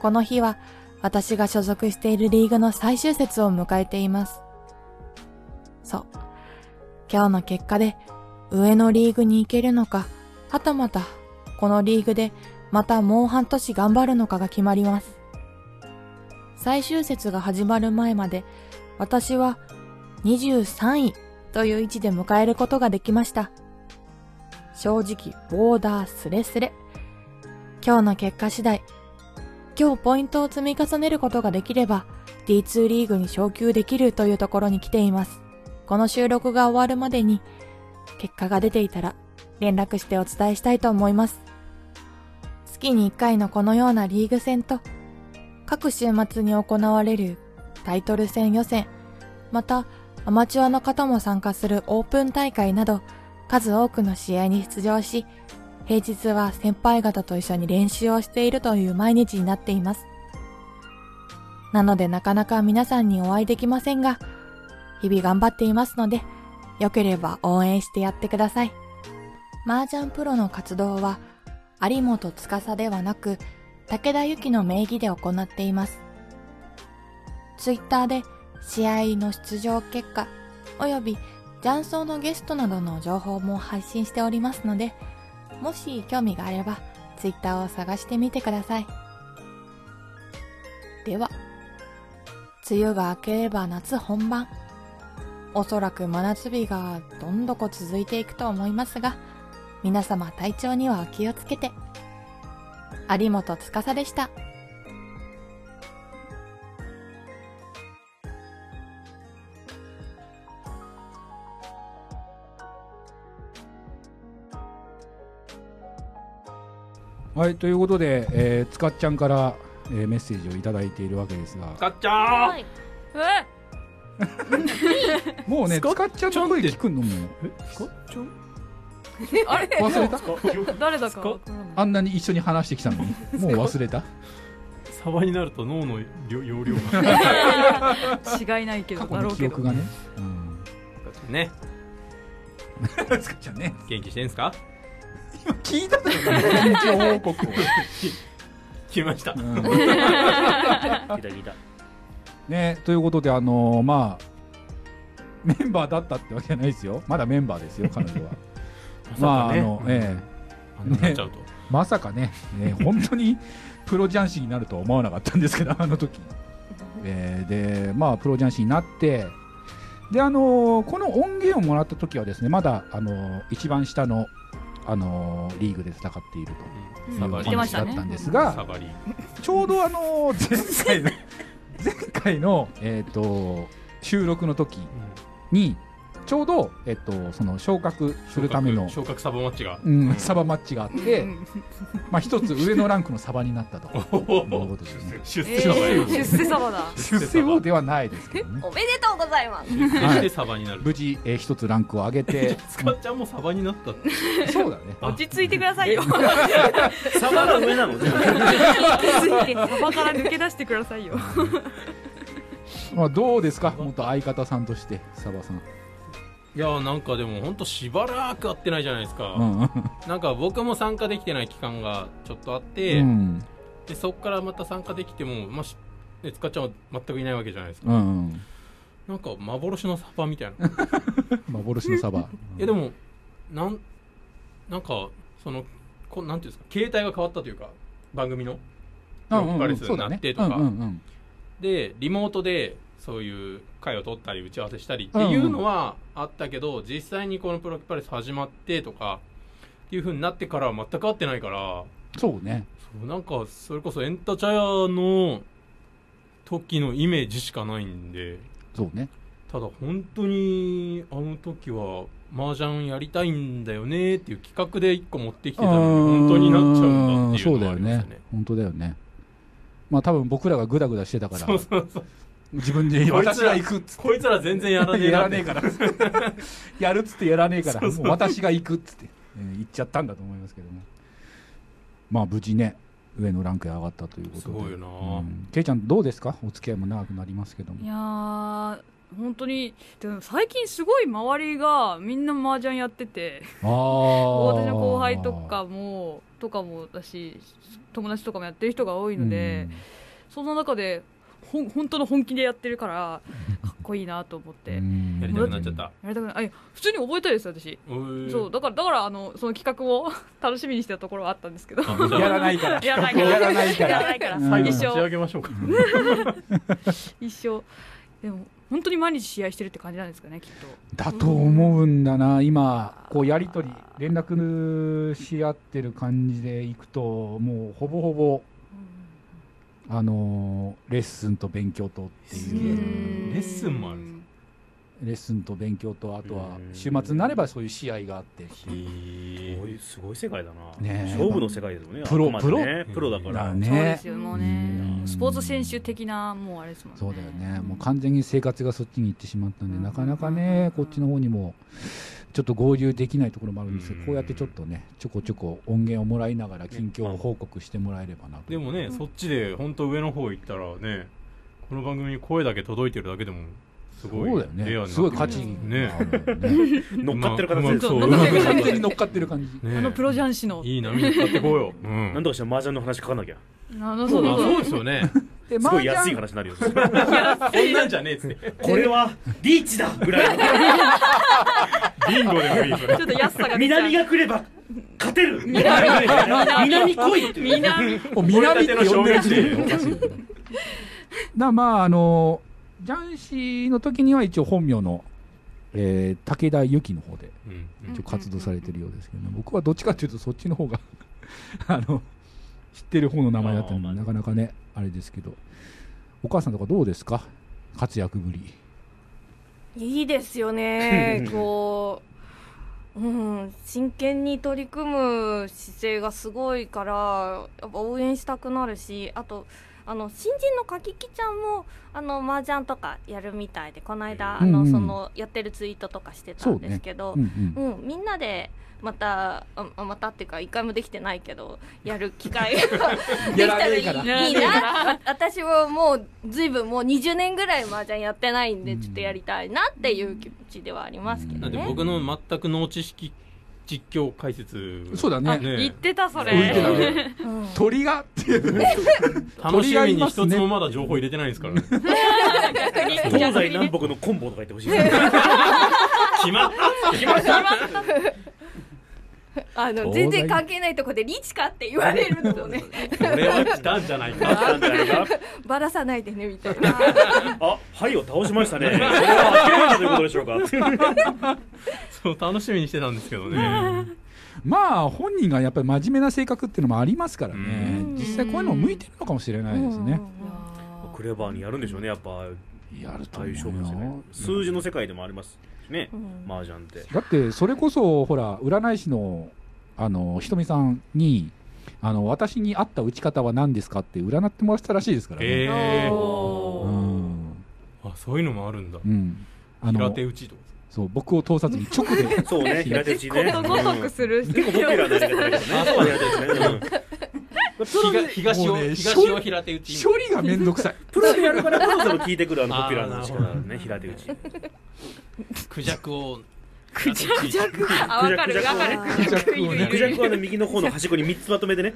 P: この日は、私が所属しているリーグの最終節を迎えています。そう。今日の結果で、上のリーグに行けるのか、はたまた、このリーグで、またもう半年頑張るのかが決まります。最終節が始まる前まで、私は23位という位置で迎えることができました。正直、ボーダースレスレ。今日の結果次第、今日ポイントを積み重ねることができれば、D2 リーグに昇級できるというところに来ています。この収録が終わるまでに、結果が出ていたら、連絡してお伝えしたいと思います。月に1回のこのようなリーグ戦と、各週末に行われるタイトル戦予選、またアマチュアの方も参加するオープン大会など、数多くの試合に出場し、平日は先輩方と一緒に練習をしているという毎日になっています。なのでなかなか皆さんにお会いできませんが、日々頑張っていますので、よければ応援してやってください。麻雀プロの活動は、有本司ではなく、武田由紀の名義で行っています。ツイッターで試合の出場結果、および雀荘のゲストなどの情報も配信しておりますので、もし興味があれば、ツイッターを探してみてください。では、梅雨が明ければ夏本番。おそらく真夏日がどんどこ続いていくと思いますが、皆様体調にはお気をつけて。有本司でした。
E: はい、ということで、えー、つかっちゃんから、えーメッセージをいただいているわけですが、
B: かっちゃーん
H: え
E: もうね、つかっちゃんの声聞くのも、え
D: あれ
E: 忘れた
L: [laughs]
D: 誰だかわからない
E: あんなに一緒に話してきた [laughs] のに、もう忘れた
Q: サバになると脳の容容量
D: 違いないけどだろう
E: 記
D: けど
E: 憶がね。
Q: がね
E: つかちゃんね
Q: 元気してんすか
E: 今聞いた
Q: [laughs]
E: だ
Q: ろ
E: 報告を
Q: 来ました、。
E: ん
C: 聞いた聞いた
E: ね、ということで、あのーまあ、メンバーだったってわけじゃないですよ、まだメンバーですよ、彼女は
Q: [laughs]
E: まあ、
Q: まさか
E: あ
Q: ね
E: の、え
Q: あ
E: え
Q: んなになっちゃうと
E: まさかね、ね
Q: [laughs]
E: 本当にプロ雀士になるとは思わなかったんですけど、あの時えーで、まあ、プロ雀士になって、で、あのーこの音源をもらった時はですね、まだ、あのー一番下の、あのーリーグで戦っているという
Q: サバ
E: お
Q: リー
E: 話だったんですが、
Q: サバリー
E: ちょうどあ
Q: [laughs]
E: のー前回の前回のえっ、と収録の時にちょうどえっ、とその昇格するための
Q: 昇格サバマッチが、
E: うんサバマッチがあって、まあ一つ上のランクのサバにな
Q: [laughs]
E: ったと。
Q: 出
N: 世サバや出世サバだ
E: 出世王ではないですけどね。
N: おめでとうございます
Q: 出世し
E: は
Q: て
E: い
Q: サバになる、
E: 無事えー一つランクを上げて、
Q: スカちゃんもサバになったって
E: そうだね
D: [laughs] 落ち着いてくださいよ
C: サバが上なのね
D: 落ち着いてサバから抜け出してくださいよ
E: まあどうですか、元相方さんとしてサバさん。
Q: [laughs] いやーなんかでも本当しばらく会ってないじゃないですか、
E: うんうん
Q: なんか僕も参加できてない期間がちょっとあって、
E: うん
Q: でそこからまた参加できても、まあしね、つかちゃんは全くいないわけじゃないですか、
E: うんうん
Q: なんか幻のサバみたいない
E: 幻のサバ。
Q: やでもなんなんかそのこなんていうんですか携帯が変わったというか番組の
E: うんうん
Q: ロックパレス
E: そう
Q: に
E: だ
Q: な
E: ね
Q: ってとか、
E: うんうんうん
Q: でリモートでそういう会を取ったり打ち合わせしたりっていうのはあったけど、実際にこのプロキパレス始まってとかっていう風になってからは全く会ってないから
E: そうね。
Q: そうなんかそれこそエンタチャヤの時のイメージしかないんで
E: そうね。
Q: ただ本当にあの時は麻雀やりたいんだよねっていう企画で一個持ってきてたのに本当になっちゃうんだってい
E: [laughs]
Q: う
E: そうだよね本当だよねまあ多分僕らがグダグダしてたから
Q: そうそうそう
E: 自分で私が行くっつって
Q: こいつら全然やらねえ
E: や
Q: な
E: ら
Q: って
E: ねえからやるっつってやらねえから
Q: そうそう
E: もう私が行くっつって、えー行っちゃったんだと思いますけどもまあ無事ね上のランクへ上がったということです
Q: ごいよな
E: うんケイちゃんどうですかお付き合いも長くなりますけども
D: いやー本当にでも最近すごい周りがみんな麻雀やってて
E: あ
D: 私の後
E: あ
D: 輩とかもとかもだし友達とかもやってる人が多いので、そんな中でほん本当の本気でやってるからかっこいいなと思ってや
Q: やりたくなっちゃった
D: りたくないあいや普通に覚えたいです私
Q: ー
D: そうだからだからあのその企画を [laughs] 楽しみにしてたところはあったんですけど
Q: あじゃあやらないから
D: や [laughs] らないから
Q: やらないから
D: やらないから
Q: 最後
D: 一生
Q: 差し上げましょうか
D: [laughs] 一生でも本当に毎日試合してるって感じなんですかねきっと
E: だと思うんだな、今、こうやり取り、連絡し合ってる感じでいくと、もうほぼほぼ、あのーレッスンと勉強とっていう、
Q: レッスンもある
E: レッスンと勉強と、あとは週末になればそういう試合があってっていう
C: すごいすごい世界だな、
E: ねえ
C: 勝負の世界ですもんね
E: プロ
C: あくまでね
E: プロ
C: プロだから
E: だ
D: そう
E: ね
D: ですよもうねスポーツ選手的なもうあれですもんね
E: そうだよね、もう完全に生活がそっちに行ってしまったんで、なかなかね、こっちの方にもちょっと合流できないところもあるんですけど、こうやってちょっとね、ちょこちょこ音源をもらいながら、近況を報告してもらえればなと。
Q: でもね、そっちで本当上の方行ったらねこの番組に声だけ届いてるだけでもすごい
E: そうだよね
Q: レアになってる
E: すごい価値
Q: ね
C: [laughs] 乗っかってる形です
E: [laughs]
Q: うまくそう
E: 完全に乗っかってる感じ
Q: ね
D: あのプロ雀士の
Q: いい波に乗っかってこ
E: [laughs]
Q: うよ、うん、
C: なんとかして麻雀の話書かなきゃ
D: あのそうだ
Q: あそうです
D: [laughs]
E: [laughs]
Q: よね
C: す
E: 麻
C: ごい
E: 雀
C: 安い話になるよそれ
Q: こんなんじゃねえっつって
C: これはリー
D: [laughs]
C: チだぐらいの
Q: ビンゴでもいいそれ
D: ちょっと安さが出ちゃう
C: 南が来れば勝てる
D: 南
C: 南来いって
D: 南
E: もう南って呼んでる時点で
C: 俺たちの小学生
Q: [laughs]
E: だまああのジャンシーの時には一応本名の、えー武田由紀の方で
Q: うん
E: 一応活動されてるようですけどね、僕はどっちかというとそっちの方が [laughs] あの知ってる方の名前だったので、なかなかねあれですけどお母さんとかどうですか活躍ぶり
N: いいですよねこう、うん、真剣に取り組む姿勢がすごいからやっぱ応援したくなるしあとあの新人のかききちゃんもあの麻雀とかやるみたいでこの間
K: う
N: あ
K: ん
N: の、
K: うん
N: そのやってるツイートとかしてたんですけど
K: そうねうん
N: うんみんなでまたあまたっていうか一回もできてないけどやる機会が [laughs] できたらいい
K: やらねえから
N: いいなわ私はもうずいぶんもう20年ぐらい麻雀やってないんでちょっとやりたいなっていう気持ちではありますけど
Q: なんで
N: ね。
Q: 僕の全くの知識実況解説
E: そうだねあ
N: 言ってた
Q: [laughs]
N: それ
Q: 言ってたね
E: 鳥がっていう
Q: 楽しみに一つ
E: 鳥がい
Q: も
E: ま
Q: まだ情報入れてないですからね [laughs]
C: 東西南北のコンボとか言ってほしいですね
Q: 決まった
C: 決まった
N: あの
C: 東西
N: 全然関係ないとこでリーチかって言われるのもね
Q: これは来たんじゃないか
N: [laughs] バラさないでねみたいな
C: あはいを倒しまし
Q: [laughs]
C: たねこれは諦めたということでしょうか
Q: [laughs] そう楽しみにしてたんですけど
E: [laughs]
Q: ね
E: まあ本人がやっぱり真面目な性格っていうのもありますからね実際こういうの向いてるのかもしれないですね
C: クレバーにやるんでしょうねやっぱ
E: やると
C: ああいう勝負ですよね数字の世界でもありますしね麻雀って
E: だってそれこそほら占い師のあのひとみさんにあの私に合った打ち方は何ですかって占ってもらってたらしいですからね、
Q: ええ
E: うん
Q: あそういうのもあるんだ
E: うんあの
Q: 平手打ちとか
E: そう僕を通さずに直で
C: そうね平手打ちね
D: ことごとくする
C: うん結構ポピュラーなやり方だけどねあそう平手打ちねうん
Q: 東東を
E: もうね
Q: 東を平手打ち
E: 処理がめんどくさい
C: [laughs] プロでやるからこそでも聞いてくるあのポピュラー
Q: [laughs]
C: な力だね平手打ち
Q: クジャクを
C: クジャク
D: あわかるわかる
C: クジャクをねクジャクはね右の方の端っこに3つまとめてね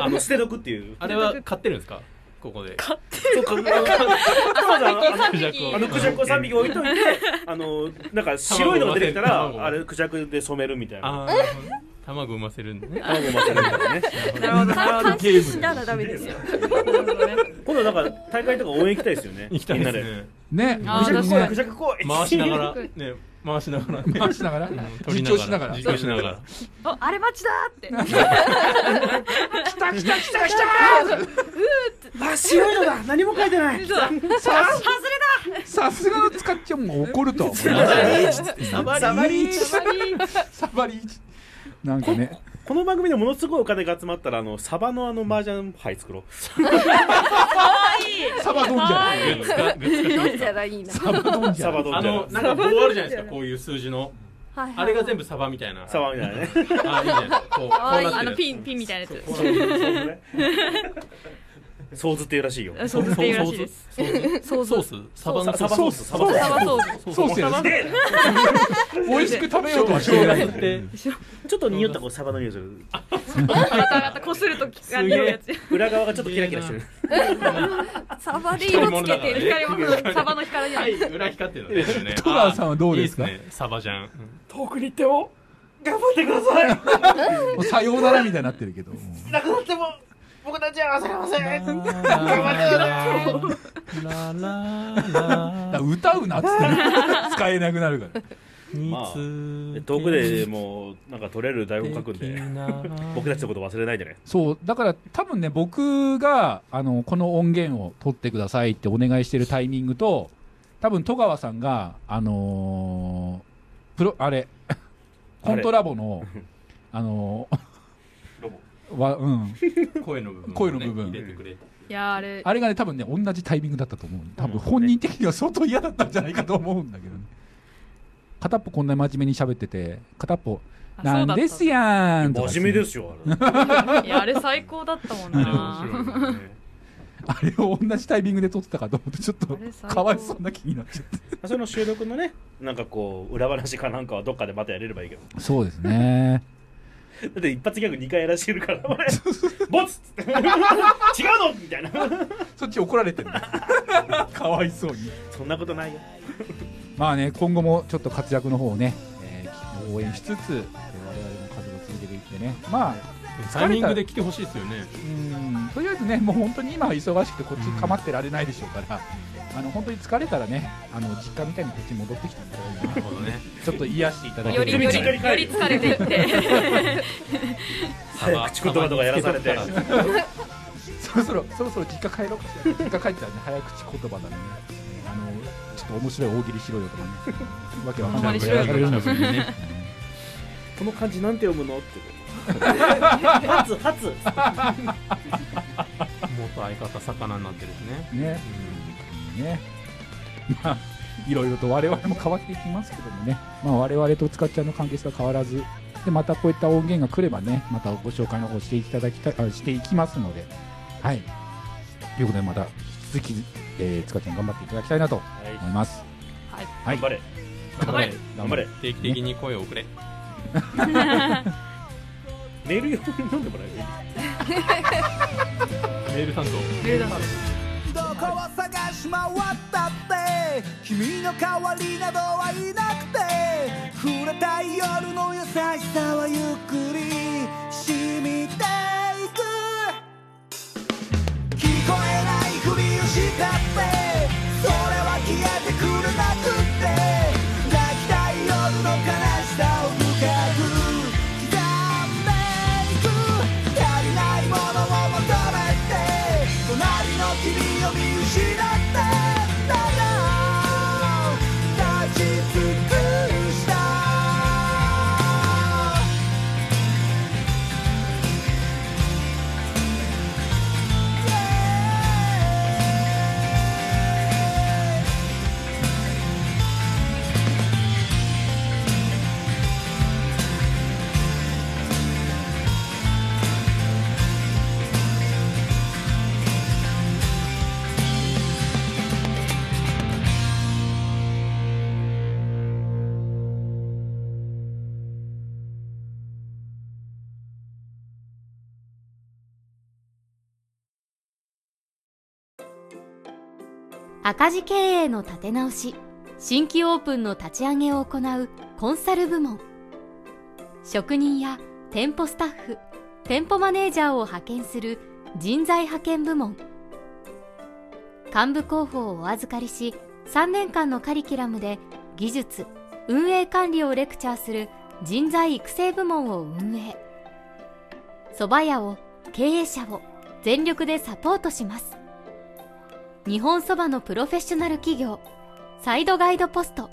C: あの捨てとくっていう
Q: あれは買ってるんですかここで買っ
C: そうかわざわざあの
Q: クジャクを
C: あのクジャクを3匹置いといてあのなんか白いのが出てきたらあれクジャクで染めるみたいな
Q: あー卵産ませるんだね
C: 卵産ませるん
Q: [laughs]
C: だね
N: なるほど
C: なるほど
N: 監視しならダメですよ。
C: 今度なんか大会とか応援行きたいですよね
Q: 行きたいですね
C: みんな
E: ね
C: あー確かにクジャク怖い
Q: 回しながらね回しながらね
E: 回しながら
Q: うん
E: 実況しながら
Q: 実況しながら
D: ああれ待ちだーって
A: 来た来た来た来
D: うー
A: た真っ白いのだ何も書いてない
D: そう
A: さ
D: 外れだ
E: さすがの使っちゃもう怒る
C: [laughs]
E: と
A: サバリーチって
E: サバリーチ
A: サバリ
E: サバリーチなんかね
C: この番組でものすごいお金が集まったらあのサバのあの麻雀牌作ろう
B: い
Q: サバドンじゃん
B: 可愛い
Q: グッズ化グッズ化しますか
B: じゃないな
Q: サバドンじゃんあのなんか棒あるじゃないですかこういう数字の
D: はいはい
Q: あれが全部サバみたいなサ
C: バみたいなね
Q: あいいじゃないですかこうこ
D: かわ
Q: う
D: いい
Q: なっ
D: あ
Q: て
D: の
Q: る
D: ピンピンみたいなやつ
C: 想像っていうらしいよ
D: あ。想像っていうらしいです
Q: ソースソースサバの
C: サバソース
Q: ソース
C: サバソース
Q: ソース
C: ソース
Q: ソース
C: 美味しく食べようとはして
D: [laughs]
C: いないちょっと匂ったこうサバの匂いする
D: こするときが
C: すげ
D: 匂うや
C: え
D: つ
C: 裏側がちょっとキラキラしてる
D: サバで色つけてる光り物サバの光じゃない
Q: 裏光ってるのね
E: トラーさんはどうですか
Q: いいっねサバじゃん
B: 遠くに行っても頑張ってください
E: もうさようならみたいになってるけど。
B: なくなっても僕たちは忘れません頑張ってください
E: だから歌うなっつって
D: [laughs]
E: ね使えなくなるから。
C: まあ遠くでもうなんか取れる台本書くんで僕たちのこと忘れないでね
E: そうだから多分ね僕があのこの音源を取ってくださいってお願いしてるタイミングと多分戸川さんがあのープロあれコントラボのあのーわうん
Q: 声の部分をね
E: 声の部分
Q: 入れてくれ
D: いやーあれ
E: あれがね多分ね同じタイミングだったと思う多分本人的には相当嫌だったんじゃないかと思うんだけどね片っぽこんな真面目に喋ってて片っぽなんですやんとか
C: 真面目ですよ
D: いやあれ最高だったもんな
E: [laughs] あれを同じタイミングで撮ってたかと思ってちょっと
D: れ最高
E: かわいそうな気になっちゃっ
C: その収録のねなんかこう裏話かなんかはどっかでまたやれればいいけど
E: たそうですね
C: だって一発ギャグ2回やらしてるから俺ボツっつって [laughs] 違うのみたいな
E: そっち怒られてる [laughs] かわいそうに
C: そんなことないよ
E: まあね今後もちょっと活躍の方をね、えー応援しつつえー我々も活動を続けていってねまあ
Q: タイミングで
E: 疲れ
Q: 来てほしいですよね
E: たうんとりあえずねもう本当に今は忙しくてこっち構ってられないでしょうから、あの本当に疲れたらねあの実家みたいにこっちに戻ってきてもらえる
Q: なるほどね
E: ちょっと癒していただけ
D: よりよりより疲れてい
Q: [laughs]
D: って
Q: サバ
C: 口言葉とかやらされて
E: サバにつけとくから [laughs] そろそろそろそろ実家帰ろうかしら実家帰ったらね早口言葉だねあのちょっと面白い大喜利しろよとかねわけわかんないことやらされるんですよね
C: この漢字なんて読むのって
E: [laughs]
B: ハ
C: ツハツ
Q: 元相方魚になってるしね
E: ね、ね、まあ、いろいろと我々も変わっていきますけどもね、まあ、我々とつかっちゃんの関係性は変わらず、でまたこういった音源が来ればね、またご紹介の方していただきたい、あしていきますので、はい。ということで、また引き続き、えー、つかちゃん頑張っていただきたいなと思います。
D: はい
E: はい、
C: 頑張れ。
Q: 頑張れ
E: 頑張れ
Q: 定期的に声を送れ
C: [laughs] メール読んでもらえる
E: [laughs]
Q: メール担当
R: どこを探し回ったって君の代わりなどはいなくて触れたい夜の優しさはゆっくり染みていく聞こえないふりをしたってそれは消えてくれなくって泣きたい夜の悲しさを深く刻んでいく足りないものを求めて隣の君を見失ってただ立ち尽くした
S: 赤字経営の立て直し新規オープンの立ち上げを行うコンサル部門職人や店舗スタッフ店舗マネージャーを派遣する人材派遣部門幹部候補をお預かりし3年間のカリキュラムで技術運営管理をレクチャーする人材育成部門を運営蕎麦屋を経営者を全力でサポートします日本そばのプロフェッショナル企業サイドガイドポスト